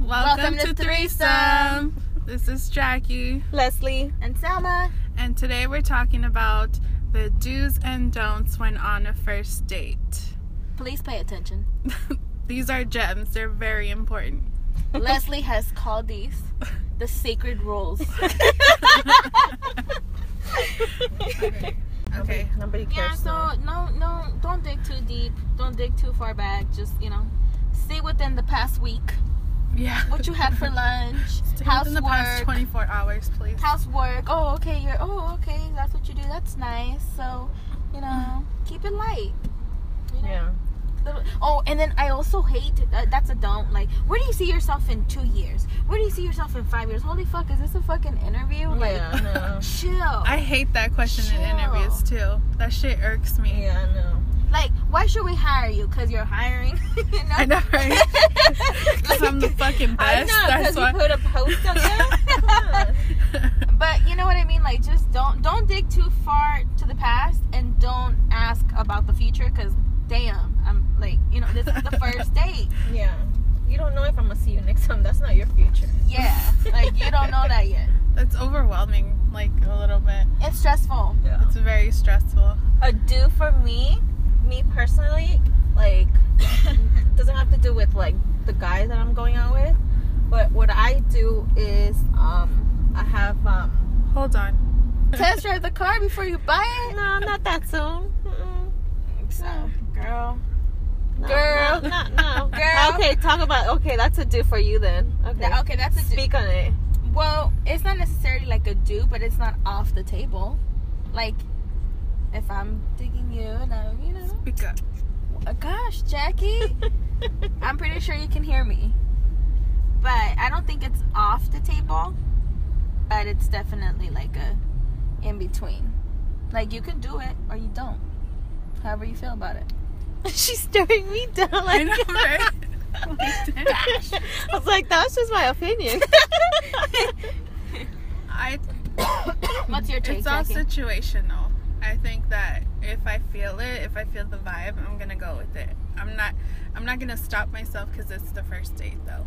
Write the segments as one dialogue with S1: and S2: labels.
S1: Welcome to Threesome.
S2: This is Jackie,
S1: Leslie and Selma.
S2: and today we're talking about the do's and don'ts when on a first date.
S1: Please pay attention.
S2: These are gems, they're very important.
S1: Leslie has called these the sacred rules.
S2: Okay.
S3: Nobody
S1: yeah,
S3: cares.
S1: so no, no, don't dig too deep. Don't dig too far back. Just, you know, stay within the past week.
S2: Yeah.
S1: What you had for lunch,
S2: Stay within the past
S1: housework.
S2: 24 hours, please.
S1: Housework. Oh, okay. You're, oh, okay. That's what you do. That's nice. So, you know,
S2: Mm-hmm.
S1: keep it light. You know?
S3: yeah.
S1: The- Oh, and then I also hate uh, that's a don't. Like, where do you see yourself in two years? Where do you see yourself in five years? Holy fuck, is this a fucking interview? Like,
S3: yeah,
S1: chill.
S2: I hate that question in
S1: Chill.
S2: interviews too. That shit irks
S3: no.
S2: me.
S3: Yeah, no.
S1: like, why should we hire you? Cause you're hiring. you know?
S2: I know, right? 'Cause I'm the fucking
S1: I
S2: best.
S1: know,
S2: That's
S1: because you put a post on there.
S2: why.
S1: but you know what I mean. Like, just don't don't dig too far to the past, and don't ask about the future. Cause damn, I'm like, you know, this is the first date.
S3: Yeah. You don't know if I'm gonna see you next time. That's not your future.
S1: Yeah, like you don't know that yet.
S2: That's overwhelming, like a little bit.
S1: It's stressful.
S3: Yeah.
S2: It's very stressful.
S3: A do for me, me personally, like doesn't have to do with like the guy that I'm going out with, but what I do is um I have um
S2: Hold on.
S1: Test drive the car before you buy it.
S3: no not that soon. Mm-mm.
S1: So, girl.
S3: No,
S1: Girl.
S3: no, no, no.
S1: Girl.
S3: Okay, talk about. Okay, that's a do for you then. Okay,
S1: That- okay, that's a do.
S3: speak on it.
S1: Well, it's not necessarily like a do, but it's not off the table. Like, if I'm digging you and I'm, you know.
S2: Speak up.
S1: Uh, Gosh, Jackie, I'm pretty sure you can hear me. But I don't think it's off the table, but it's definitely like a in between. Like, you can do it or you don't. However you feel about it.
S3: She's staring me down.
S2: I
S3: Like,
S2: know, right? Like, damn.
S3: I was like, that was just my opinion.
S2: I,
S1: What's your take,
S2: it's all
S1: Jackie?
S2: situational. I think that if I feel it, if I feel the vibe, I'm gonna go with it. I'm not. I'm not gonna stop myself because it's the first date, though.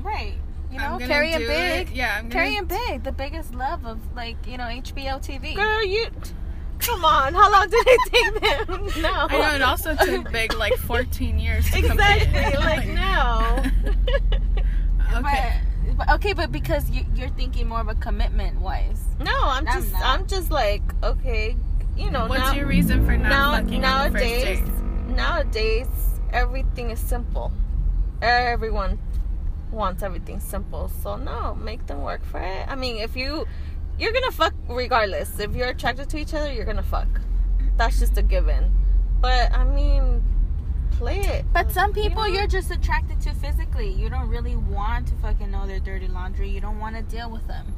S1: Right. You
S2: I'm
S1: know,
S2: gonna
S1: carry it
S2: do
S1: big.
S2: It. Yeah, I'm gonna.
S1: Carrie and Big, the biggest love of like you know HBO TV.
S3: Girl, you. Come on, how long did it take them? No.
S2: I know it also took Big like 14 years. To
S3: Exactly.
S2: Complete.
S3: Like, no.
S2: Okay.
S1: But, but okay, but because you, you're thinking more of a commitment wise.
S3: No, I'm
S1: I'm
S3: just,
S1: not.
S3: I'm just like, okay, you know,
S2: What's
S3: now,
S2: your reason for not
S3: now
S2: fucking on the first
S3: nowadays,
S2: date?
S3: nowadays, everything is simple. Everyone wants everything simple, so no, make them work for it. I mean, if you, you're gonna fuck regardless. If you're attracted to each other, you're gonna fuck. That's just a given. But I mean, play it.
S1: But some people
S3: Yeah.
S1: you're just attracted to physically. You don't really want to fucking know their dirty laundry. You don't want to deal with them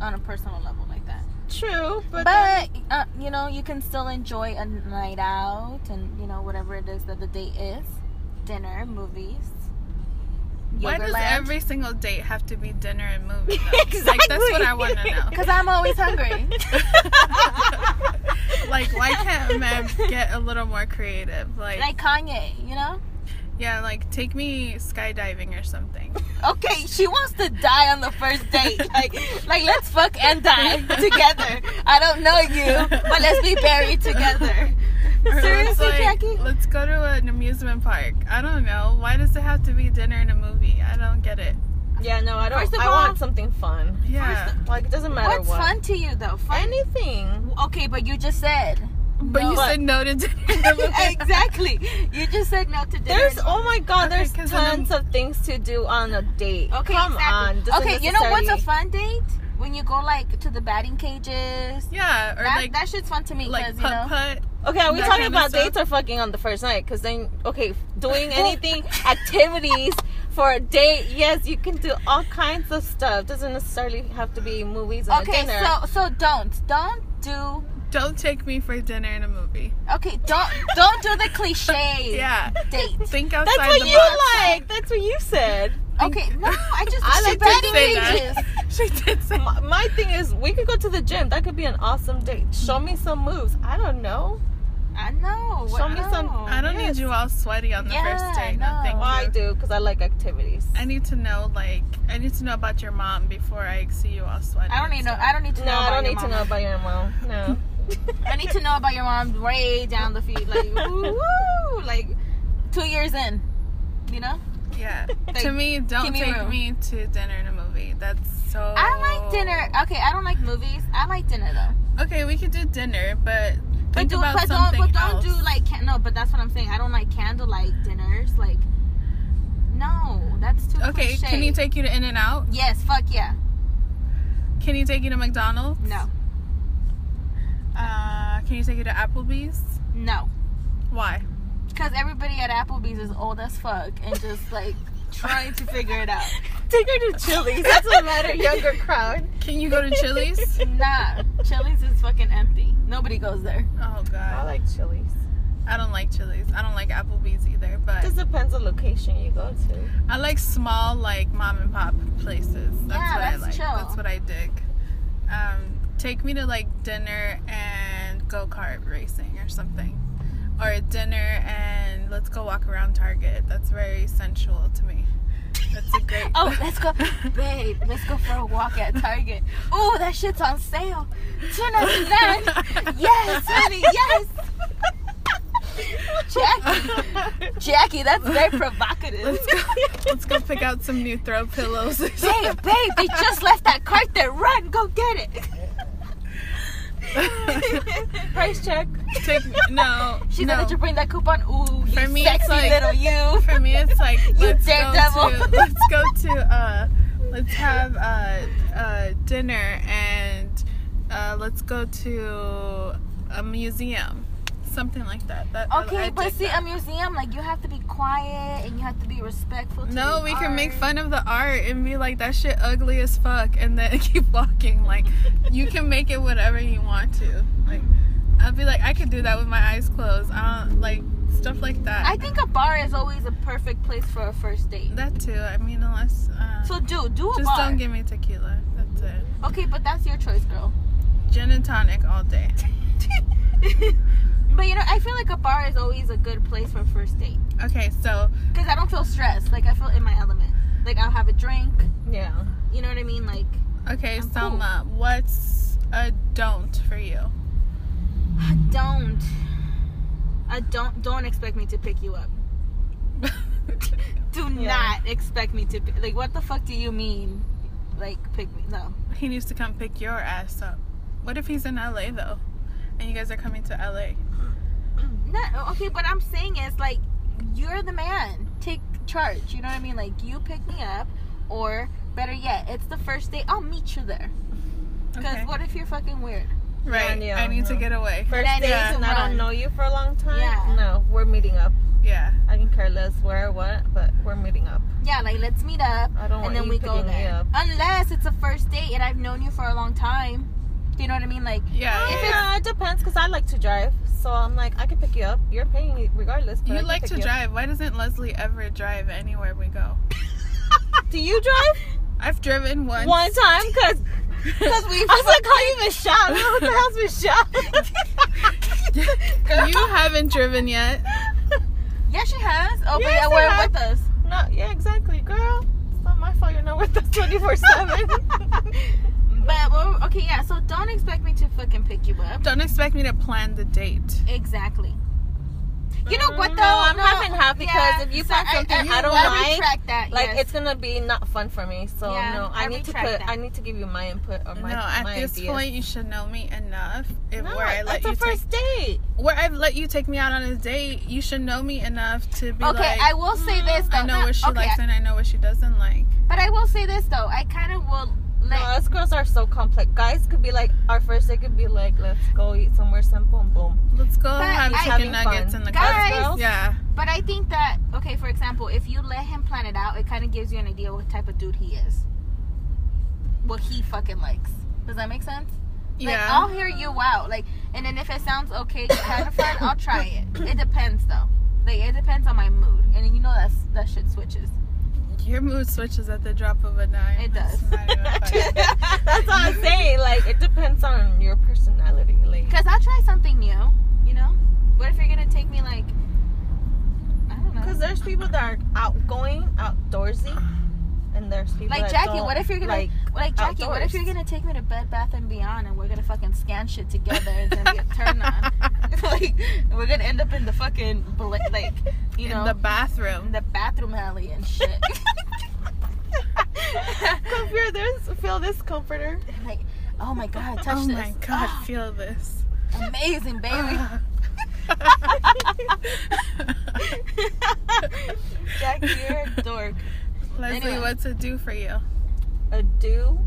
S1: on a personal level like that.
S3: True, but,
S1: But, uh, you know, you can still enjoy a night out and you know whatever it is that the date is, dinner, movies.
S2: Why does
S1: Yogaland.
S2: every single date have to be dinner and movie? Though? Like that's what I want to know.
S1: Cause I'm always hungry.
S2: like why can't men get a little more creative like,
S1: like Kanye, you know?
S2: yeah like take me skydiving or something
S1: Okay, she wants to die on the first date. Like, like let's fuck and die together. I don't know you, but let's be buried together.
S2: Or let's,
S1: Seriously,
S2: like,
S1: Jackie?
S2: let's go to an amusement park i don't know why does it have to be dinner and a movie i don't get it
S3: yeah, no, I don't.
S1: First of
S3: I
S1: all-
S3: want something fun.
S2: yeah
S3: Like it doesn't matter
S1: What's
S3: what.
S1: fun to you though? Fun.
S3: Anything.
S1: Okay, but you just said.
S2: but you
S1: no.
S2: said no to dinner and a movie.
S1: exactly. You just said no to dinner.
S3: There's oh my god,
S2: Okay,
S3: there's
S2: 'cause then-
S3: tons of things to do on a date.
S1: Okay,
S3: come on.
S1: exactly.
S3: doesn't
S1: okay, you know what's a
S3: necessarily-
S1: fun date? When you go like to the batting cages.
S2: yeah or
S1: that,
S2: like
S1: that shit's fun to me because
S2: like
S1: you know.
S2: putt putt
S3: Okay, are we
S2: That
S3: talking
S2: kinda
S3: about
S2: stuff.
S3: dates or fucking on the first night? Because then, okay, doing anything, activities for a date, yes, you can do all kinds of stuff. Doesn't necessarily have to be movies and a
S1: Okay,
S3: dinner.
S1: so so don't don't do
S2: don't take me for dinner and a movie
S1: Okay, don't don't do the cliche
S2: yeah
S1: date.
S2: think
S3: That's
S2: outside
S3: what
S2: the
S3: you
S2: box
S3: like. That's what you said.
S1: Okay, no, I just
S3: I
S1: she
S3: like
S1: bad
S3: to
S2: say
S1: images.
S2: that. she did
S1: Oh,
S2: say
S3: My, my thing is, we could go to the gym. That could be an awesome date. Show me some moves. I don't know.
S1: I know.
S3: Show me some-
S1: no.
S2: I don't
S3: Yes.
S2: need you all sweaty on the
S1: Yeah,
S2: first day. No,
S1: no.
S2: thank
S3: Well, I
S2: you.
S3: do because I like activities.
S2: I need to know like I need to know about your mom before I see you all sweaty.
S1: I don't need no. I don't need to
S3: no,
S1: know.
S3: I
S1: about
S3: don't
S1: your
S3: need to
S1: mom.
S3: know about your mom. No.
S1: I need to know about your mom way down the feed, like woo, woo, like two years in, you know.
S2: Yeah.
S1: Like,
S2: to me, don't
S1: give me
S2: take
S1: room.
S2: me to dinner and a movie. That's so.
S1: I like dinner.
S3: Oh.
S1: Okay, I don't like movies. I like dinner though.
S2: Okay, we could do dinner, but think
S1: But do,
S2: about
S1: but don't,
S2: something
S1: but don't do
S2: else.
S1: like can- no. But that's what I'm saying. I don't like candlelight dinners. Like, no, that's too.
S2: Okay,
S1: cliche.
S2: can he take you to In and Out?
S1: Yes, fuck yeah.
S2: Can he take you to McDonald's?
S1: No,
S2: Uh, can you take you to Applebee's?
S1: no,
S2: Why?
S1: because everybody at Applebee's is old as fuck and just like trying to figure it out.
S3: Take her to Chili's. That's a better younger crowd.
S2: Can you go to Chili's?
S1: Nah, Chili's is fucking empty. Nobody goes there.
S2: oh
S3: I
S2: god,
S3: like Chili's.
S2: I don't like Chili's. I don't like Applebee's either. But
S3: Just depends on location you go to.
S2: I like small, like mom and pop places. That's
S1: Yeah,
S2: what
S1: that's
S2: I like.
S1: chill.
S2: That's what I dig. Um, take me to like dinner and go kart racing or something, or dinner and let's go walk around Target. That's very sensual to me. That's a great.
S1: Oh, let's go, babe. Let's go for a walk at Target. Oh, that shit's on sale. Two ninety nine. Yes, honey. Yes. Jackie, Jackie, that's very provocative.
S2: Let's go. Let's go pick out some new throw pillows. or something.
S1: Babe, babe, they just left that cart there. Run, go get it.
S3: Price check.
S2: Take no.
S1: She's
S2: no.
S1: gonna let you bring that coupon. Ooh, you
S2: For me, it's
S1: sexy
S2: like-
S1: little you.
S2: For me, it's like
S1: You
S2: let's go
S1: daredevil.
S2: to let's go to uh, let's have uh, uh, dinner and uh, let's go to a museum, something like that. That I- I
S1: Okay, but
S2: dig
S1: see, a
S2: that.
S1: museum, like you have to be quiet and you have to be respectful. To
S2: no,
S1: the
S2: we can make
S1: art.
S2: fun of the art and be like that shit ugly as fuck, and then keep walking. Like you can make it whatever you want to. Like I'll be like I could do that with my eyes closed. I don't like stuff like that.
S1: I think a bar is always a perfect place for a first date.
S2: that too. I mean, unless uh,
S1: So do do a
S2: just
S1: bar.
S2: don't give me tequila. That's it.
S1: okay, but that's your choice, girl.
S2: gin and tonic all day.
S1: but you know, I feel like a bar is always a good place for a first date
S2: Okay, so
S1: because I don't feel stressed. Like I feel in my element. Like I'll have a drink.
S3: Yeah.
S1: You know what I mean? Like
S2: okay,
S1: I'm
S2: Selma, what's a don't for you?
S1: I don't. I don't don't expect me to pick you up. Do
S3: Yeah.
S1: not expect me to pick, like what the fuck do you mean? Like pick me no.
S2: he needs to come pick your ass up. What if he's in LA though? And you guys are coming to LA.
S1: No, okay, what I'm saying is like you're the man. Take charge. You know what I mean? Like you pick me up, or better yet, it's the first day. I'll meet you there. Because
S2: Okay.
S1: what if you're fucking weird?
S2: right.
S3: Yeah,
S2: I need to
S3: no.
S2: get away.
S3: First
S1: That
S3: date,
S1: is
S3: and I
S1: one.
S3: don't know you for a long time.
S1: Yeah.
S3: No, we're meeting up.
S2: Yeah.
S3: I can care less where, what, but we're meeting up.
S1: Yeah, like let's meet up,
S3: I don't want
S1: and then
S3: you
S1: we go
S3: picking me
S1: there.
S3: up.
S1: Unless it's a first date and I've known you for a long time. Do you know what I mean? Like
S2: Yeah.
S1: If
S2: yeah.
S3: Oh, yeah, it depends because I like to drive, so I'm like I can pick you up. You're paying me regardless. But I
S2: You
S3: can
S2: like
S3: pick
S2: to
S3: you up.
S2: drive. Why doesn't Leslie ever drive anywhere we go?
S3: Do you drive?
S2: I've driven once.
S3: One time, cause cause we. I was like, call you Michelle. What the hell's Michelle?
S2: you haven't driven yet.
S1: yeah, she has. Oh, but
S3: Yes,
S1: yeah,
S3: I
S1: we're
S3: have.
S1: with us.
S3: no, yeah, exactly, girl. It's not my fault you're not with us twenty four seven.
S1: But well, okay, yeah. So don't expect me to fucking pick you up.
S2: Don't expect me to plan the date.
S1: Exactly. You know what
S3: Mm,
S1: though?
S3: no, I'm
S1: No,
S3: half and half because
S1: yeah,
S3: if you
S1: so
S3: find something I, don't
S1: I
S3: like,
S1: retract that.
S3: like
S1: yes.
S3: it's gonna be not fun for me. So
S1: Yeah,
S3: no,
S1: I
S3: I need to
S1: retract
S3: put.
S1: that.
S3: I need to give you my input or my
S2: no, at
S3: my
S2: this
S3: ideas.
S2: point you should know me enough. If
S3: no,
S2: where I let
S3: that's
S2: you
S3: the
S2: take
S3: first date.
S2: where I've let you take me out on a date, you should know me enough to be
S1: okay.
S2: like, "Mm,
S1: I will say this though.
S2: I know
S1: not-
S2: what she
S1: okay,
S2: likes and I know what she doesn't like.
S1: but I will say this though. I kind of will
S3: No,
S1: let.
S3: us girls are so complex. Guys could be like, our first date could be like, let's go eat somewhere simple and boom.
S2: Let's go
S1: But
S2: have
S1: I-
S2: chicken
S3: having
S2: nuggets
S3: fun.
S2: in the
S1: Guys!
S2: car. Yeah,
S1: But I think that okay. For example, if you let him plan it out, it kind of gives you an idea what type of dude he is. What he fucking likes. Does that make sense? Like, I'll
S2: yeah.
S1: hear you out. Like, and then if it sounds okay, kind of fun, I'll try it. It depends though. Like, it depends on my mood, and then you know that's that shit switches.
S2: Your mood switches at the drop of a dime.
S1: It
S2: It's
S1: does.
S2: not even funny.
S3: That's all I'm saying. Like, it depends on your personality. Like,
S1: Cause I'll try something new, you know. What if you're gonna take me like? I don't know.
S3: Because there's people that are outgoing, outdoorsy, and there's people
S1: Like
S3: that
S1: Jackie,
S3: don't
S1: what if you're gonna like,
S3: like.
S1: Jackie? What if
S3: outdoors.
S1: you're gonna take me to Bed Bath and Beyond and we're gonna fucking scan shit together and it's gonna be a turn on? like we're gonna end up in the fucking bla- like you know
S2: in the bathroom.
S1: in the bathroom alley and shit.
S3: Come here, there's feel this comforter.
S1: like oh my god, touch
S2: oh
S1: this. Ah.
S2: my god, feel this.
S1: amazing baby.
S2: Ah.
S1: Jackie, you're a dork.
S2: Leslie,
S1: Anyway.
S2: what's it do for you?
S3: A do,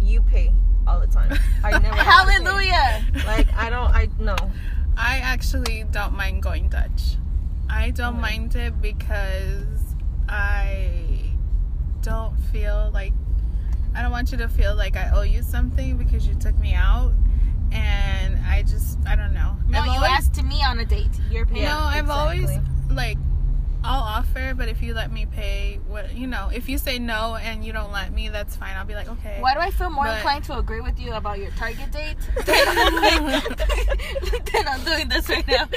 S3: you pay all the time. I never. have to pay.
S1: Hallelujah.
S3: Like I don't. I no.
S2: I actually don't mind going Dutch. I don't
S3: Okay.
S2: mind it because I don't feel like I don't want you to feel like I owe you something because you took me out and I just I don't know.
S1: No,
S2: I've
S1: you
S2: always-
S1: asked me on a date. You're paying.
S2: No, I've always
S3: exactly.
S2: like I'll offer, but if you let me pay what you know, if you say no and you don't let me, that's fine. I'll be like, okay.
S1: Why do I feel more
S2: But-
S1: inclined to agree with you about your target date than, than I'm doing this right now?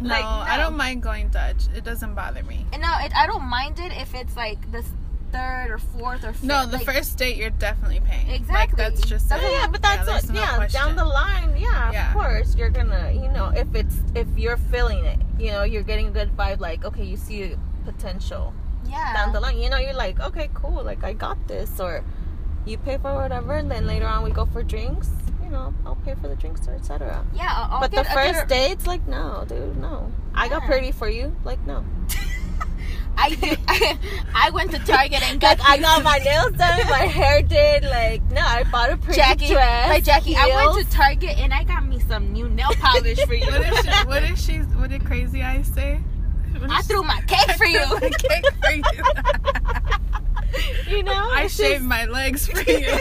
S2: No,
S1: Like,
S2: I don't mind going Dutch. It doesn't bother me.
S1: And no, it, I don't mind it if it's like the third or fourth or fifth.
S2: No, the
S1: like,
S2: first date you're definitely paying.
S1: Exactly.
S2: Like, that's just
S1: That's
S2: it.
S1: what
S3: Yeah, but that's
S2: there's
S3: what,
S2: no
S3: yeah. Down
S2: question.
S3: the line, yeah,
S2: Yeah.
S3: Of course, you're gonna, you know, if it's if you're feeling it, you know, you're getting a good vibe. Like, okay, you see potential
S1: Yeah.
S3: down the line. You know, you're like, okay, cool. Like, I got this, or you pay for whatever, and then later on we go for drinks. You know, I'll pay for the drinks or etc.
S1: Yeah. I'll, I'll
S3: But
S1: get
S3: the
S1: a good-
S3: first date's like, no, dude, no. I got
S1: Yeah.
S3: pretty for you, like no.
S1: I, do, I went to Target and got
S3: Like I got my nails done, my hair did. Like no, I bought a pretty
S1: Jackie.
S3: dress.
S1: like Jackie, I
S3: heels.
S1: went to Target and I got me some new nail polish for you.
S2: What did she? What did she? What did Crazy Eyes say? What did
S1: I
S2: she-
S1: threw my cake for
S2: I threw
S1: you.
S2: a cake for you.
S3: you know,
S2: I
S3: it's
S2: shaved
S3: just-
S2: my legs for you.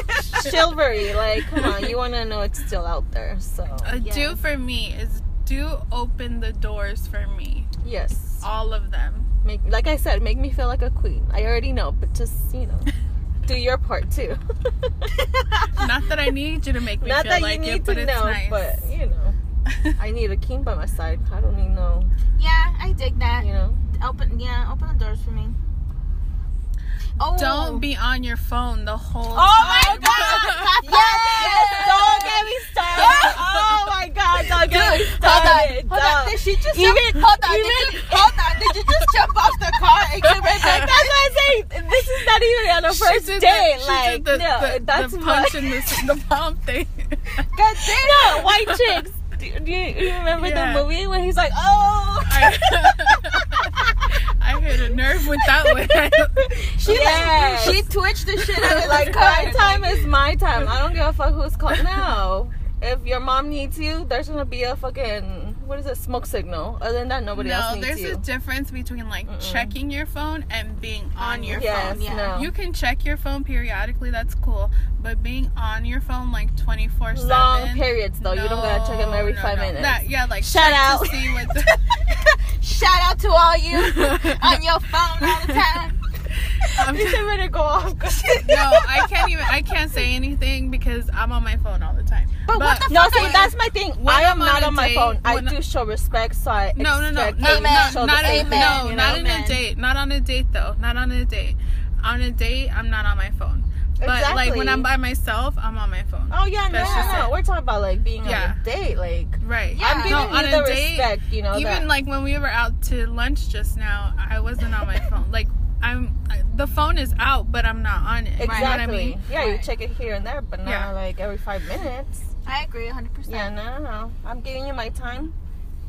S3: chivalry. Like, come on, you want to know it's still out there. So,
S2: A do
S1: Yes.
S2: for me is do open the doors for me.
S3: yes,
S2: All of them.
S3: make, like I said, make me feel like a queen. I already know, but just you know, do your part too.
S2: Not that I need you to make me
S3: Not
S2: feel
S3: that
S2: like
S3: you need
S2: it,
S3: to
S2: but it's
S3: know,
S2: nice.
S3: but you know, I need a king by my side. I don't need no,
S1: Yeah, I dig that.
S3: you know.
S1: Open, yeah, open the doors for me. Oh,
S2: Don't be on your phone the whole
S1: Oh my
S2: time.
S1: God!
S3: Yes, don't get me started. Oh my God, don't get me
S1: Dude, hold on,
S3: started.
S1: hold on. Did she just
S3: Even-
S1: jump, hold on? did
S3: even-
S1: you, hold on. Did you just jump off the car and get right back?
S3: Like, that's what I'm saying. This is not even on the
S2: She
S3: first
S2: did the-
S3: day.
S2: she did
S3: like,
S2: the,
S3: no,
S2: the,
S3: that's
S2: the
S3: much.
S2: punch in the, the palm thing.
S3: God damn. No, white chicks. Do you, do you remember
S2: Yeah.
S3: the movie when he's like, oh.
S2: I, I hit a nerve with that one.
S1: She
S3: Yes.
S1: like she twitched the shit out of
S3: like
S1: like
S3: my
S1: car.
S3: time is my time. I don't give a fuck who's calling. No, if your mom needs you, there's gonna be a fucking what is it? Smoke signal. Other than that, nobody
S2: no,
S3: else needs
S2: there's
S3: you.
S2: a difference between like
S3: Mm-mm.
S2: checking your phone and being on your
S3: yes,
S2: phone.
S1: yeah.
S3: no.
S2: You can check your phone periodically, that's cool. But being on your phone like 24 7.
S3: long periods though. you don't gotta check them every five minutes.
S2: yeah, like
S3: Shout
S2: check
S3: out.
S2: To see what
S1: Shout out to all you on your phone all the time.
S2: I'm
S3: You
S2: just-
S3: should better go off.
S2: no, I can't even. I can't say anything because I'm on my phone all the time.
S1: But what the
S3: No,
S1: fuck
S3: see,
S1: are-
S3: that's my thing.
S2: When
S3: I
S2: I'm
S3: am
S2: on
S3: not
S2: a
S3: on my
S2: date,
S3: phone. I
S2: when-
S3: do show respect, so I
S2: No, no, no,
S3: expect
S2: no,
S3: you to
S1: Amen.
S3: show
S2: no,
S3: the
S2: not,
S3: same
S2: in,
S1: Amen.
S2: no,
S3: you
S2: not
S3: know?
S2: in a
S1: Amen.
S2: date, not on a date though, not on a date. On a date, I'm not on my phone. But like when
S3: Exactly.
S2: I'm by myself, I'm on my phone.
S3: Oh yeah, no,
S2: That's just
S3: no, no.
S2: it.
S3: We're talking about like being
S2: Yeah.
S3: on a date. Like
S2: Right.
S1: Yeah.
S3: I'm
S1: No,
S3: giving
S2: on
S3: you
S2: a
S3: the
S2: date,
S3: respect. You know
S2: Even
S3: that.
S2: like when we were out to lunch just now, I wasn't on my phone. Like I'm, I, the phone is out, but I'm not on it. You know
S3: Exactly.
S2: what I mean?
S3: Yeah, you
S1: Right.
S3: check it here and there, but not
S2: Yeah.
S3: like every five minutes.
S1: I agree 100%.
S3: Yeah, no, no. I'm giving you my time.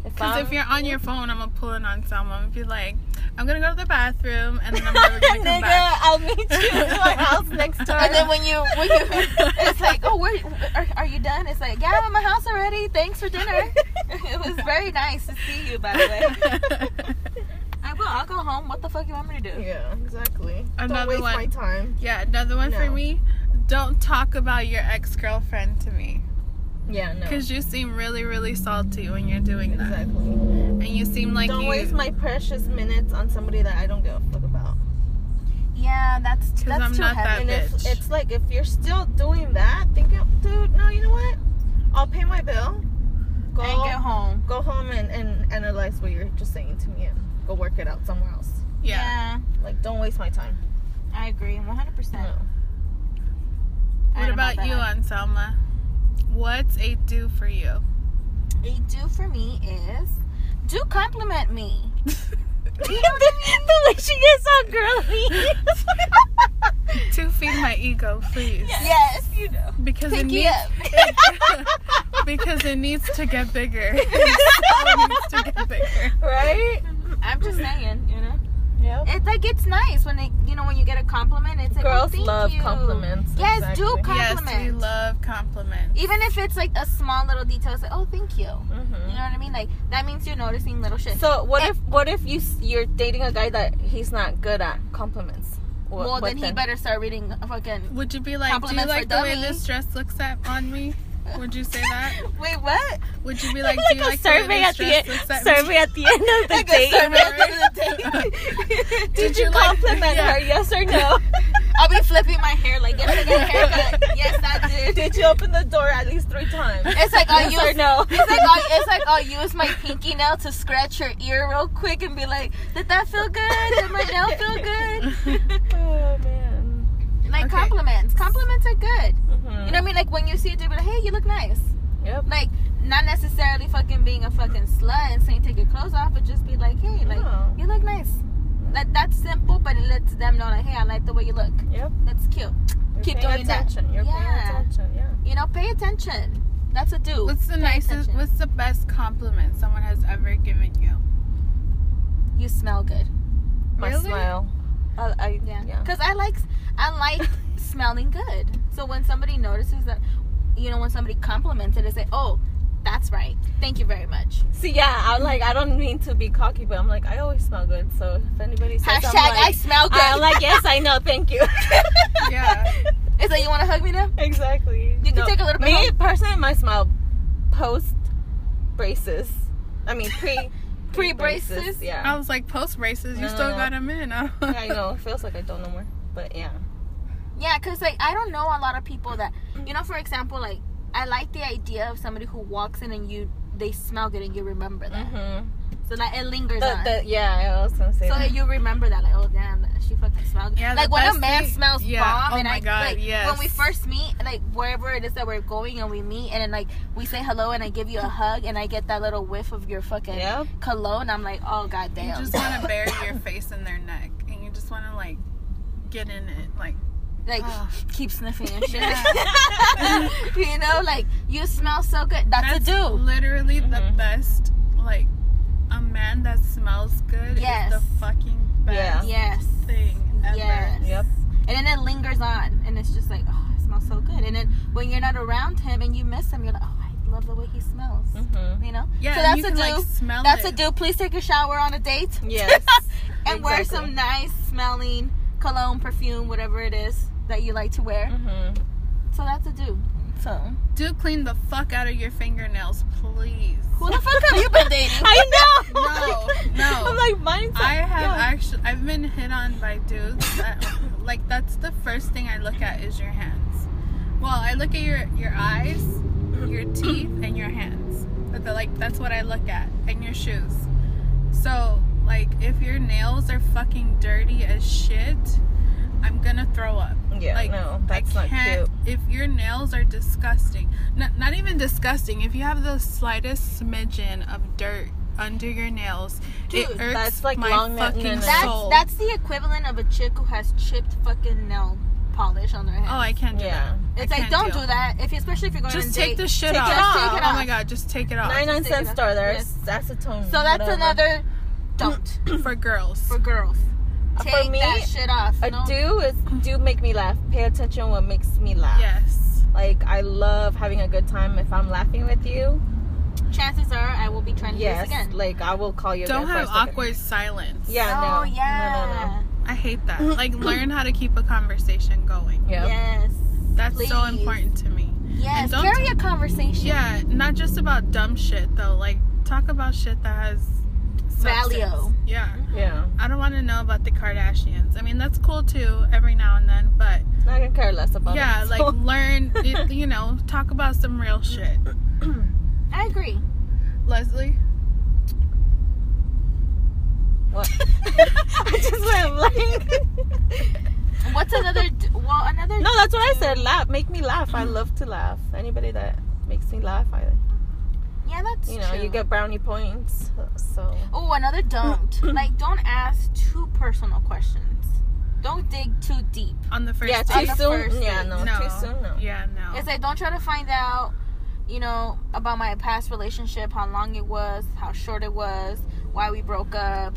S3: If
S2: Because
S3: I'm-
S2: if you're on your phone, I'm gonna pull it on someone and be like, I'm gonna go to the bathroom and then I'm never gonna come
S3: Nigga,
S2: back.
S3: I'll meet you at my house next door.
S1: And then when you when you it's like, oh, where are, are you done? It's like, yeah, I'm at my house already. Thanks for dinner. it was very nice to see you, by the way. I will. I'll go home. What the fuck you want me to do?
S3: yeah, exactly.
S2: Another
S3: Don't waste
S2: one.
S3: my time.
S2: yeah, another one for
S3: No.
S2: me. Don't talk about your ex girlfriend to me.
S3: Yeah, no.
S2: Because you seem really, really salty when you're doing that.
S3: Exactly.
S2: And you seem like
S3: don't
S2: you.
S3: waste my precious minutes on somebody that I don't give a fuck about.
S1: Yeah, that's
S2: Because
S1: that's
S2: I'm
S1: too
S2: not that
S1: heavy.
S3: And if
S2: bitch.
S3: it's like if you're still doing that, think, of- dude, no, you know what? I'll pay my bill. Go
S1: and get home.
S3: go home and, and analyze what you're just saying to me and go work it out somewhere else.
S2: Yeah.
S3: Like don't waste my time.
S1: I agree, 100. percent
S3: No.
S2: What about you, Anselma? What's a do for you?
S1: A do for me is do compliment me.
S3: the, the way she gets all girly.
S2: to feed my ego, please.
S1: Yes, you know.
S2: Because it
S1: Pick you
S2: needs
S1: up.
S2: because it needs to get bigger. it needs to get bigger.
S3: right?
S1: I'm just saying, you know.
S3: Yep.
S1: It's like it's nice when it, you know, when you get a compliment. It's like oh,
S3: Girls
S1: thank
S3: love
S1: you.
S3: compliments.
S1: Yes,
S3: exactly.
S1: do compliments.
S2: Yes, we love compliments.
S1: Even if it's like a small little detail, it's like, oh, thank you. You know
S3: Mhm.
S1: what I mean? Like that means you're noticing little shit.
S3: So what if what if you s- you're dating a guy that he's not good at compliments? Wha-
S1: well,
S3: what
S1: then, he better start reading a fucking.
S2: Would you be like, do you
S1: Compliments
S2: like
S1: for
S2: the way
S1: dummy.
S2: this dress looks at on me? Would you say that?
S1: Wait, what?
S2: Would you be like, do you
S3: a
S2: like the way
S3: survey
S2: this
S3: at the
S2: dress
S3: end,
S2: looks at me?
S3: survey at the end of the
S1: Like a
S3: date.
S1: survey
S2: at the
S1: Did
S3: Did,
S2: Did
S3: you,
S2: you like-
S3: compliment
S2: yeah.
S3: her? Yes or no?
S1: I'll be flipping my hair like, yes, I got a haircut. Yes, I did.
S3: Did you open the door at least three times?
S1: It's like oh, I'll
S3: yes or
S1: use.
S3: no?
S1: It's like I'll, it's like I'll use my pinky nail to scratch your ear real quick and be like, did that feel good? Did my nail feel good?
S3: oh man.
S1: like
S2: Okay.
S1: compliments. Compliments are good.
S3: Mhm.
S1: You know what I mean? Like when you see a dude, be like, hey, you look nice.
S3: Yep.
S1: Like not necessarily fucking being a fucking slut and saying take your clothes off, but just be like, hey, like
S3: No.
S1: you look nice. Like that's simple, but it lets them know like, hey, I like the way you look.
S3: Yep.
S1: That's cute.
S3: You're
S1: Keep
S3: paying
S1: doing that.
S3: attention. You're
S1: Yeah.
S3: paying attention. Yeah.
S1: You know, pay attention. That's a dude.
S2: What's the
S1: Pay
S2: nicest?
S1: attention.
S2: What's the best compliment someone has ever given you?
S1: You smell good.
S3: My
S2: Really?
S3: smile. I, I,
S1: Yeah.
S3: yeah.
S1: Because I like I like smelling good. So when somebody notices that, you know, when somebody compliments it, they say, oh, that's right. Thank you very much.
S3: See, yeah, I'm like, I don't mean to be cocky, but I'm like, I always smell good. So if anybody says,
S1: Hashtag
S3: I'm
S1: I
S3: like,
S1: smell good.
S3: I'm like, yes, I know, thank you.
S2: Yeah.
S1: It's like you want to hug me now?
S3: exactly.
S1: You can take a little bit
S3: Me
S1: home.
S3: personally, my smile post braces. I mean, pre
S1: Pre
S3: pre-braces,
S1: braces.
S2: I
S3: Yeah.
S2: was like, post races, you
S3: No, no,
S2: still
S3: no.
S2: got 'em in. huh?
S3: I know. It feels like I don't know more, but yeah.
S1: Yeah, because like I don't know a lot of people that you know. For example, like I like the idea of somebody who walks in and you they smell good and you remember that.
S3: Mm-hmm.
S1: So like it lingers
S3: The,
S1: on.
S3: the, yeah, I was gonna say
S1: so
S3: that.
S1: that you remember that, like, oh damn, that she fucking smelled.
S2: Yeah, the
S1: like when a
S2: best
S1: man
S2: thing-
S1: smells
S2: yeah.
S1: bomb,
S2: Oh
S1: and
S2: my
S1: I
S2: God,
S1: like
S2: yes.
S1: when we first meet, like wherever it is that we're going and we meet, and then like we say hello and I give you a hug and I get that little whiff of your fucking
S3: Yep.
S1: cologne. I'm like, oh god
S2: You
S1: damn.
S2: just want to bury your face in their neck, and you just want to like get in it, like
S1: like
S2: Oh.
S1: keep sniffing and shit.
S2: Yeah.
S1: you know, like you smell so good. That's, a dude.
S2: literally the
S3: Mhm.
S2: best. Like a man that smells good
S1: Yes.
S2: is the fucking best
S1: Yes.
S2: thing ever.
S1: Yes.
S3: Yep.
S1: And then it lingers on, and it's just like, oh, it smells so good. And then when you're not around him and you miss him, you're like, oh, I love the way he smells.
S3: Mm-hmm.
S1: You know?
S2: Yeah,
S1: So
S2: and you
S1: that's a
S2: can like
S1: do.
S2: smell
S1: That's
S2: it.
S1: a dude. Please take a shower on a date.
S3: Yes.
S1: and wear
S3: exactly.
S1: some nice smelling cologne, perfume, whatever it is that you like to wear.
S3: Mm-hmm.
S1: So that's a do. So
S2: Do clean the fuck out of your fingernails, please.
S1: who the fuck have you been dating?
S3: I know.
S2: No, no.
S3: I'm like, mine's.
S2: I have
S3: yeah.
S2: actually I've been hit on by dudes. That, like that's the first thing I look at is your hands. Well, I look at your your eyes, your teeth, and your hands. But the, like that's what I look at, and your shoes. So like if your nails are fucking dirty as shit, I'm gonna throw up.
S3: Yeah,
S2: like,
S3: no, that's
S2: I
S3: not
S2: can't.
S3: cute.
S2: If your nails are disgusting, not, not even disgusting, if you have the slightest smidgen of dirt under your nails, it
S1: Dude,
S2: irks
S3: that's like
S2: my
S3: long neck-
S2: fucking
S3: no, no, no.
S1: That's
S2: soul.
S1: that's the equivalent of a chick who has chipped fucking nail polish on their hand.
S2: oh, I can't do
S3: Yeah.
S2: that.
S1: It's
S2: I
S1: like
S2: can't
S1: don't
S2: deal.
S1: do that. If especially if you're going
S2: Just
S1: on a
S2: take
S1: date.
S2: the shit
S1: Take it
S2: off.
S1: off. Take it
S2: Oh my
S1: off.
S2: god, just take it off
S3: 99 cent store. There's acetone.
S1: So that's
S3: whatever.
S1: another don't
S2: for girls.
S1: for girls.
S3: Uh,
S1: Take
S3: for me,
S1: that shit off.
S3: A
S1: no?
S3: do is do make me laugh. Pay attention what makes me laugh.
S2: yes.
S3: Like I love having a good time. If I'm laughing with you,
S1: Chances are I will be trying to
S3: yes,
S1: do this again.
S3: like I will call you.
S2: Don't
S3: again for
S2: have
S3: a second.
S2: awkward silence.
S3: Yeah.
S1: oh
S3: no.
S1: yeah.
S2: I hate that. Like learn how to keep a conversation going.
S3: No, no, no. Yep.
S1: Yes.
S2: That's so
S1: Please.
S2: important to me.
S1: Yes.
S2: And don't-
S1: Carry a conversation.
S2: Yeah, not just about dumb shit though. Like talk about shit that has substance.
S1: Value.
S2: Yeah.
S3: Yeah.
S2: I don't want to know about the Kardashians. I mean, that's cool too every now and then, but
S3: I can care less about
S2: yeah,
S3: it.
S2: like learn, it, you know, talk about some real shit.
S1: I agree.
S2: Leslie?
S3: What? I just went blank.
S1: What's another? d- Well, another.
S3: no, that's what I said. Laugh, make me laugh. I love to laugh. Anybody that makes me laugh, I
S1: Yeah, that's
S3: you know
S1: true.
S3: you get brownie points. So
S1: Oh, another don't. like, don't ask too personal questions. Don't dig too deep.
S2: On the first
S3: yeah,
S1: on
S3: too
S2: date?
S1: the first
S3: soon. Yeah,
S1: date.
S3: no, too soon. No.
S2: Yeah, no.
S1: It's like don't try to find out, you know, about my past relationship, how long it was, how short it was, why we broke up.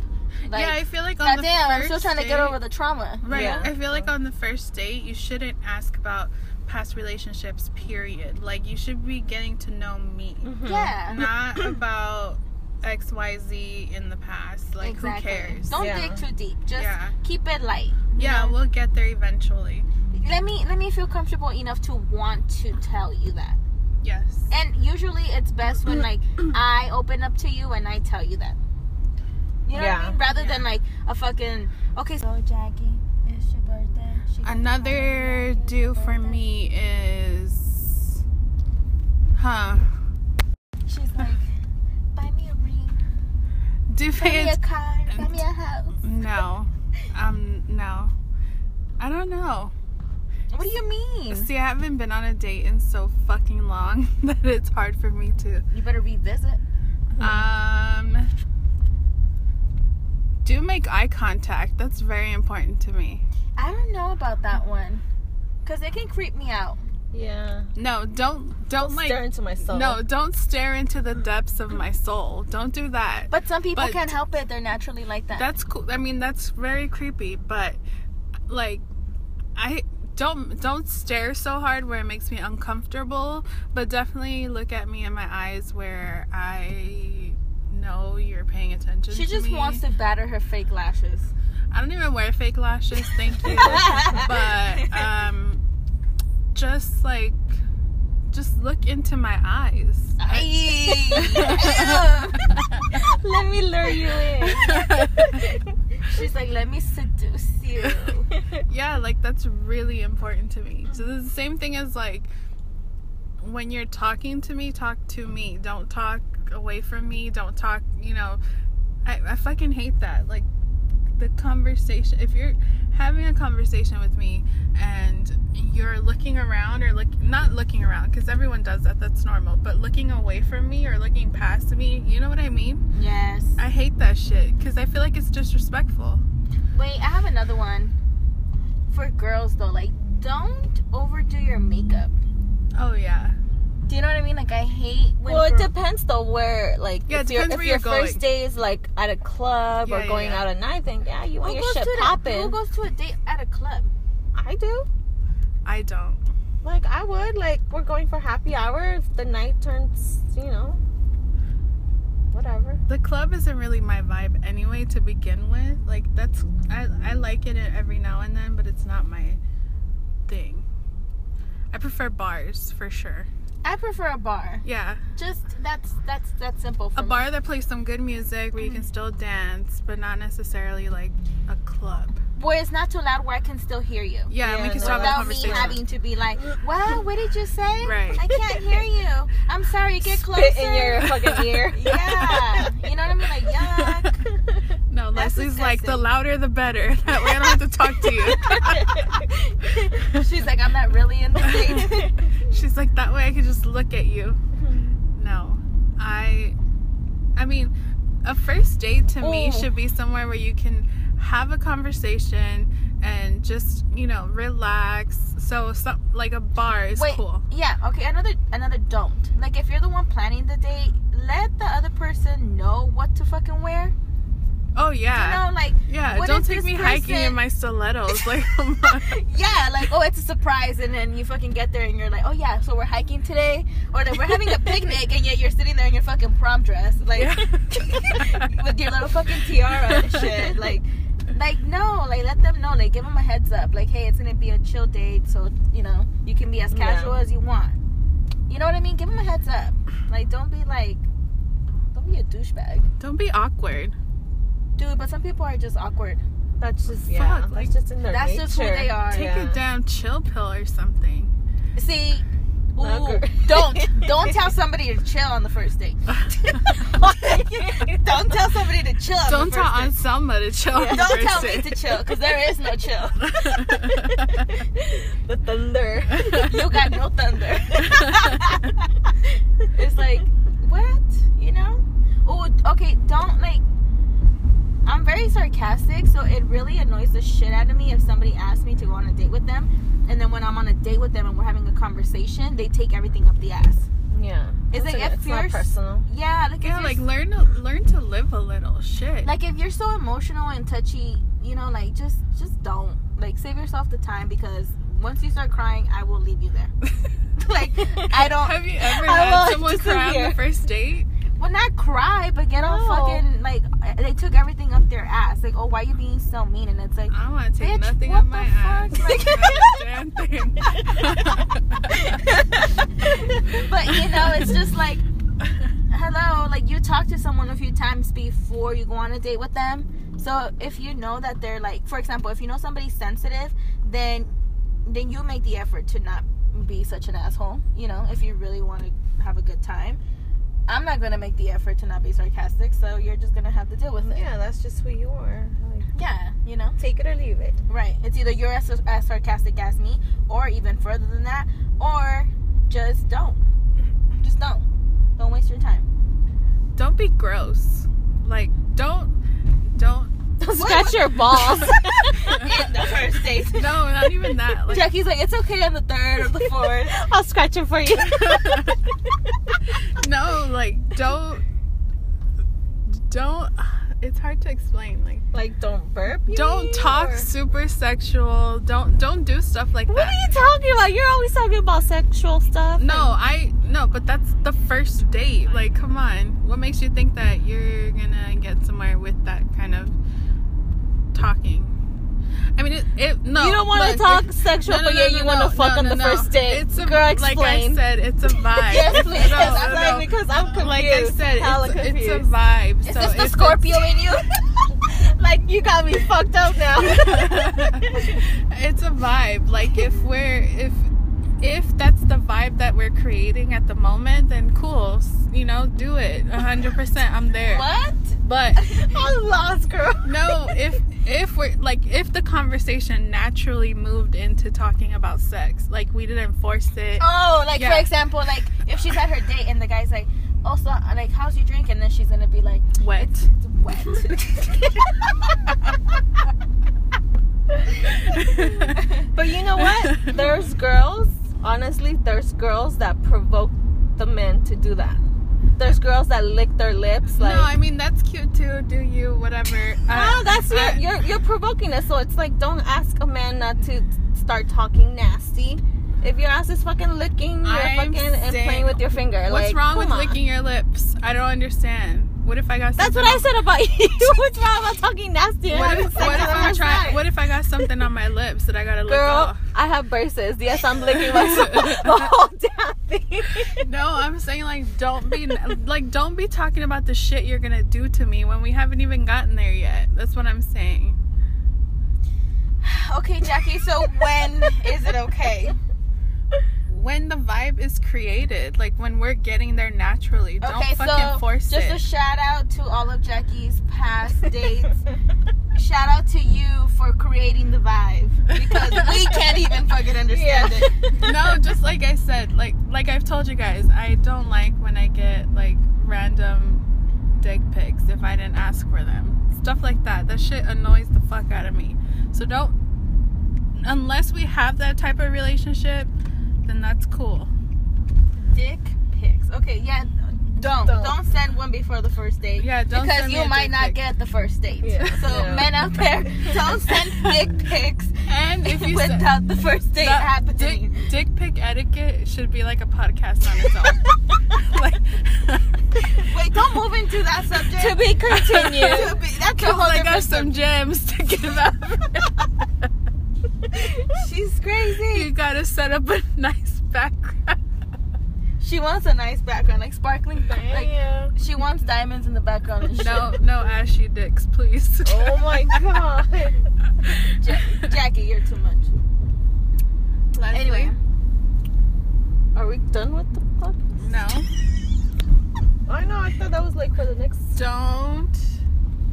S1: Like,
S2: yeah, I feel like on the
S1: goddamn, I'm
S2: first
S1: still trying to get
S2: date-
S1: over the trauma.
S2: Right.
S3: Yeah.
S2: I feel like on the first date, you shouldn't ask about past relationships, period. Like, you should be getting to know me,
S1: Mm-hmm.
S3: Mhm.
S1: Yeah.
S2: not about XYZ in the past. Like,
S1: exactly.
S2: who cares?
S1: Don't
S3: Yeah.
S1: dig too deep. Just
S2: Yeah.
S1: keep it light.
S2: yeah,
S1: know?
S2: we'll get there eventually.
S1: Let me let me feel comfortable enough to want to tell you that.
S2: Yes.
S1: And usually it's best when like I open up to you and I tell you that. You know what
S3: Yeah.
S1: I mean? Rather
S2: Yeah.
S1: than like a fucking okay. So Jackie, it's your birthday.
S2: Another do for me is. Huh.
S1: She's like, buy me a ring,
S2: Do
S1: buy me a
S2: fans.
S1: car, buy me a house.
S2: No. Um, no. I don't know.
S1: What do you mean?
S2: See, I haven't been on a date in so fucking long that it's hard for me to
S1: You better revisit. Mm-hmm.
S2: Um, do make eye contact. That's very important to me.
S1: I don't know about that one, cause it can creep me out.
S3: Yeah.
S2: No, don't don't like
S3: Stare into my soul.
S2: Oh no, don't stare into the depths of my soul. Don't do that.
S1: But some people
S2: But-
S1: can't help it; they're naturally like that.
S2: That's cool. I mean, that's very creepy. But like, I don't don't stare so hard where it makes me uncomfortable. But definitely look at me in my eyes where I know you're paying attention.
S1: she
S2: to
S1: just
S2: me.
S1: wants to batter her fake lashes.
S2: I don't even wear fake lashes, thank you. but um just like just look into my eyes.
S1: Ay,
S3: Let me lure you in.
S1: She's like, let me seduce you.
S2: yeah, like that's really important to me. So this is the same thing as like when you're talking to me, talk to me. Don't talk away from me. Don't talk, you know. I, I fucking hate that. Like the conversation if you're having a conversation with me and you're looking around or look not looking around because everyone does that that's normal but looking away from me or looking past me you know what i mean
S1: Yes.
S2: i hate that shit because i feel like it's disrespectful
S1: Wait, I have another one. For girls though, like don't overdo your makeup.
S2: oh yeah
S1: Do you know what I mean? Like I hate when
S3: Well, it
S1: girl-
S3: depends though where like
S2: Yeah, it
S3: if, your
S2: depends
S3: if
S2: where
S3: your
S2: you're
S3: first
S2: going.
S3: day is like at a club
S2: Yeah,
S3: or
S2: yeah,
S3: going
S2: yeah.
S3: out at night, then yeah, you
S1: who
S3: want your
S1: goes
S3: shit
S1: to the- Who
S3: popping.
S1: goes to a date at a club?
S3: I do.
S2: i don't
S3: Like I would like we're going for happy hour. If the night turns, you know, whatever.
S2: the club isn't really my vibe anyway to begin with like that's i, I like it every now and then but it's not my thing i prefer bars for sure
S1: I prefer a bar.
S2: yeah
S1: Just that's that's that's simple. For
S2: a
S1: me.
S2: bar that plays some good music where you can still dance, but not necessarily like a club.
S1: where it's not too loud, where I can still hear you.
S2: Yeah,
S3: Yeah,
S2: we can
S3: no.
S2: still have a
S1: Without me
S2: conversation.
S1: having to be like, well, what did you say?
S2: Right.
S1: I can't hear you. I'm sorry. Get closer.
S3: Spit in your fucking ear.
S1: Yeah. You know what I mean? Like, yuck.
S2: no,
S1: That's
S2: Leslie's like the
S1: disgusting.
S2: louder the better. That way I don't have to talk to you.
S1: She's like, I'm not really in the date.
S2: She's like that way I could just look at you.
S1: Mm-hmm.
S2: No, I, I mean, a first date to me
S3: Ooh.
S1: Oh.
S2: should be somewhere where you can have a conversation and just you know relax. So some like a bar is
S1: Wait.
S2: cool.
S1: Yeah, okay, another another don't. Like if you're the one planning the date, let the other person know what to fucking wear.
S2: Oh
S1: You
S2: yeah.
S1: know, like
S2: Yeah,
S1: What
S2: don't
S1: if
S2: take
S1: this
S2: me hiking in
S1: person-
S2: my stilettos. Like, come on.
S1: yeah, like oh it's a surprise and then you fucking get there and you're like, Oh yeah, so we're hiking today or like we're having a picnic and yet you're sitting there in your fucking prom dress, like
S2: Yeah.
S1: with your little fucking tiara and shit. Like like no, like let them know, like give them a heads up, like hey, it's gonna be a chill date, so you know you can be as
S3: Yeah.
S1: casual as you want. You know what I mean? Give them a heads up. Like don't be like, don't be a douchebag,
S2: don't be awkward.
S1: dude. But some people are just awkward.
S3: That's just yeah.
S2: Fuck, like,
S3: that's just in their
S1: Oh, that's just who
S3: nature.
S1: they are.
S2: Take
S3: Yeah.
S2: a damn chill pill or something.
S1: See, Ooh, don't don't tell somebody to chill on the first date. don't tell somebody to chill. On
S2: Don't
S1: the
S2: tell
S1: first date.
S2: Anselma to chill.
S3: Yeah.
S2: on the
S1: Don't
S2: first
S1: tell
S2: date.
S1: me to chill because there is no chill.
S3: the thunder.
S1: You got no thunder. it's like what you know? Oh, okay. Don't like. I'm very sarcastic, so it really annoys the shit out of me if somebody asks me to go on a date with them, and then when I'm on a date with them and we're having a conversation, they take everything up the ass.
S3: yeah.
S1: It's like if
S3: it's not
S1: you're-
S3: personal.
S1: Yeah, like if
S2: Yeah,
S1: you're
S2: like learn to learn to live a little. Shit.
S1: like if you're so emotional and touchy you know like just just don't like save yourself the time because once you start crying i will leave you there like oh, i don't
S2: Have you ever
S3: I
S2: had
S3: will
S2: someone
S3: just sit
S2: cry on
S3: here.
S2: the first date?
S1: well not cry but get all
S3: No.
S1: fucking like uh, they took everything up their ass like oh why you being so mean and it's like
S2: I want to take
S1: Bitch,
S2: nothing
S1: what
S2: on
S1: the
S2: my ass.
S1: fuck?
S2: Like, not a damn thing.
S1: but you know it's just like hello like you talk to someone a few times before you go on a date with them so if you know that they're like for example if you know somebody's sensitive then then you make the effort to not be such an asshole you know if you really want to have a good time i'm not gonna make the effort to not be sarcastic so you're just gonna have to deal with it
S3: Yeah, that's just who you are. Like,
S1: yeah you know
S3: take it or leave it.
S1: Right. It's either you're as, as sarcastic as me, or even further than that, or just don't. Just don't. Don't waste your time.
S2: Don't be gross. Like, don't, don't.
S3: Don't
S1: What?
S3: scratch your balls.
S1: In the first date.
S2: No, not even that. Like,
S1: Jackie's like, it's okay on the third or the fourth.
S3: I'll scratch them for you.
S2: no, like, don't, don't. It's hard to explain. Like,
S3: like, don't burp. you
S2: don't
S3: mean,
S2: talk
S3: or-
S2: super sexual. Don't, don't do stuff like
S3: What
S2: that.
S3: are you talking about? You're always talking about sexual stuff.
S2: No, I no, but that's the first date. Like, come on. What makes you think that you're gonna get somewhere with that kind of talking? I mean, it. it no,
S3: you don't want
S2: look,
S3: to talk
S2: it-
S3: sexual,
S2: no, no,
S3: but
S2: no,
S3: yeah,
S2: no,
S3: you want
S2: no,
S3: to fuck
S2: no,
S3: on
S2: no,
S3: the
S2: no.
S3: first date.
S2: It's a
S3: Girl,
S2: like I
S3: explain.
S2: said, it's a vibe.
S1: Yes, please,
S2: No,
S1: yes, I'm
S2: no.
S3: like, because I'm confused.
S2: Like I said,
S3: Hella
S2: it's, it's a
S3: confused.
S2: vibe.
S1: Is
S2: so
S1: this
S2: if
S1: the
S2: it's-
S1: Scorpio in you?
S3: like you got me fucked up now.
S2: it's a vibe. Like if we're if if that's the vibe that we're creating at the moment, then cool. S- You know, do it. hundred percent. I'm there.
S1: what?
S2: But
S3: I'm lost, girl.
S2: no, if if we're like if the conversation naturally moved into talking about sex, like we didn't force it.
S1: Oh, like
S2: Yeah.
S1: for example, like if she's at her date and the guy's like, also, like, how's your drink? And then she's gonna be like,
S2: Wet.
S1: it's wet.
S3: But you know what? There's girls. Honestly, there's girls that provoke the men to do that. There's girls that lick their lips. Like,
S2: no, I mean that's cute too. Do you whatever?
S1: Uh,
S2: Uh,
S3: no, Oh, that's
S2: your.
S3: your, you're you're provoking us. So it's like, don't ask a man not to start talking nasty. If your ass is fucking licking, you're
S2: I'm
S3: fucking and
S2: saying-
S3: playing with your finger.
S2: What's
S3: like,
S2: wrong with
S3: come on.
S2: licking your lips? I don't understand. What if I got
S3: That's
S2: something
S3: what I said about you. What's wrong about talking nasty?
S2: on-
S3: and
S2: What
S3: having
S2: if,
S3: sex
S2: what if
S3: on the
S2: I'm
S3: first
S2: trying?
S3: night?
S2: What if I got something on my lips that I gotta lick
S3: Girl,
S2: off?
S3: I have braces. Yes, I'm licking myself the whole damn thing.
S2: No, I'm saying like don't be like don't be talking about the shit you're gonna do to me when we haven't even gotten there yet. That's what I'm saying.
S1: okay, Jackie, so when is it okay?
S2: When the vibe is created, like when we're getting there naturally, don't
S1: Okay,
S2: fucking
S1: so
S2: force
S1: just
S2: it.
S1: a shout out to all of Jackie's past dates. shout out to you for creating the vibe because we can't even fucking understand
S3: Yeah.
S1: it.
S2: no, just like I said, like like I've told you guys, I don't like when I get like random dick pics if I didn't ask for them. Stuff like that. That shit annoys the fuck out of me. So don't unless we have that type of relationship, then that's cool.
S1: Dick pics. Okay, yeah. Don't
S3: Don't.
S1: don't, send one before the first date.
S2: Yeah, don't
S1: because
S2: send me
S1: you
S2: a
S1: might
S2: dick
S1: not
S2: pic.
S1: get the first date.
S3: Yeah.
S1: So
S2: Yeah.
S1: men out there, don't send dick pics
S2: And if you send-
S1: without the first date
S2: that dick,
S1: happening.
S2: dick pic etiquette should be like a podcast on its own. like,
S1: Wait, don't move into that subject.
S3: to be
S1: To
S3: continued.
S1: be- that's a
S2: because
S1: whole
S2: I got
S1: different
S2: some gems to give out.
S1: subject. She's crazy.
S2: you gotta set up a nice background.
S1: She wants a nice background, like sparkling. ba- Like
S3: Damn.
S1: she wants diamonds in the background. And shit.
S2: No, no ashy dicks, please.
S3: Oh my god.
S1: Ja- Jackie, you're too much.
S2: Leslie?
S1: Anyway,
S3: Are we done with the podcast?
S2: No.
S3: I know. I thought that was like for the next.
S2: Don't.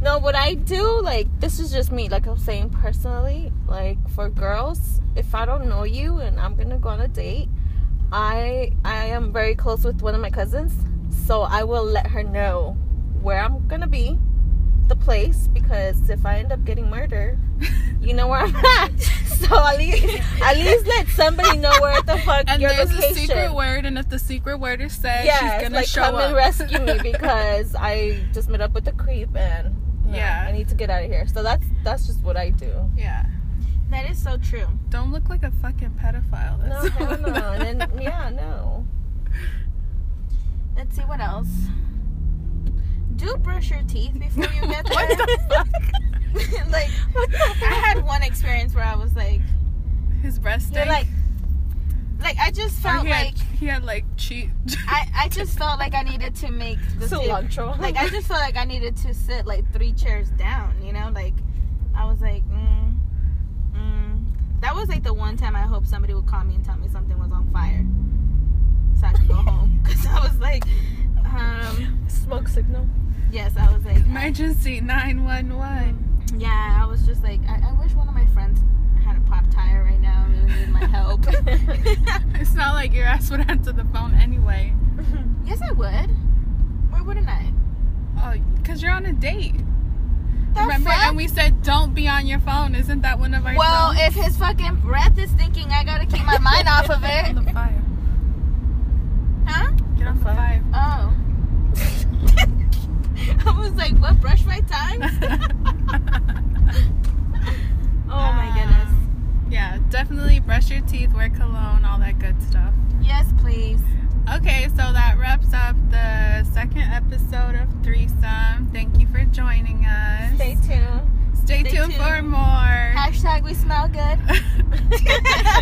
S3: No, what I do like this is just me. Like I'm saying personally, like for girls, if I don't know you and I'm gonna go on a date, I I am very close with one of my cousins, so I will let her know where I'm gonna be, the place, because if I end up getting murdered, you know where I'm at. So at least at least let somebody know where the fuck
S2: And
S3: your
S2: there's
S3: location.
S2: a secret word, and if the secret word is said,
S3: Yeah,
S2: she's
S3: it's
S2: gonna
S3: like
S2: show
S3: come
S2: up.
S3: and rescue me because I just met up with the creep and no,
S2: Yeah.
S3: I need to get out of here. So that's that's just what I do.
S2: yeah.
S1: That is so true.
S2: Don't look like a fucking pedophile.
S3: No, hell no, and then yeah, no.
S1: Let's see what else. Do brush your teeth before you get
S2: What
S1: there.
S2: the fuck?
S1: like
S3: What the
S1: I
S3: fuck?
S1: had one experience where I was like,
S2: His breast.
S1: you're
S2: stink?
S1: like, like I just
S2: Or
S1: felt
S2: he had,
S1: like
S2: he had like cheat.
S1: I, I just felt like I needed to make the sit-
S3: cilantro.
S1: like I just felt like I needed to sit like three chairs down. You know, like I was like, mm, mm. that was like the one time I hoped somebody would call me and tell me something was on fire, so I could go home. Because I was like, um,
S3: smoke signal.
S1: yes, I was like,
S2: Emergency nine one one.
S1: Yeah, I was just like, I, I wish one of my friends had a pop tire right now. I really need my help.
S2: It's not like your ass would answer the phone anyway.
S1: yes, I would. Why wouldn't I?
S2: Oh, cause you're on a date.
S1: The
S2: Remember?
S1: fuck?
S2: And we said don't be on your phone. Isn't that one of our?
S1: well,
S2: don'ts?
S1: if his fucking breath is thinking, I gotta keep my mind off of
S2: Get on
S1: it.
S2: the five.
S1: Huh?
S2: Get on the
S3: Five.
S2: five.
S1: Oh. I was like, what? Brush my tongue?
S3: Oh
S1: Oh my goodness.
S2: Um, Yeah, definitely brush your teeth, wear cologne, all that good stuff.
S1: Yes, please.
S2: Okay, so that wraps up the second episode of Threesome. Thank you for joining us.
S3: Stay tuned.
S2: Stay
S1: stay
S2: tuned, for
S1: tuned.
S2: more.
S1: Hashtag we smell good.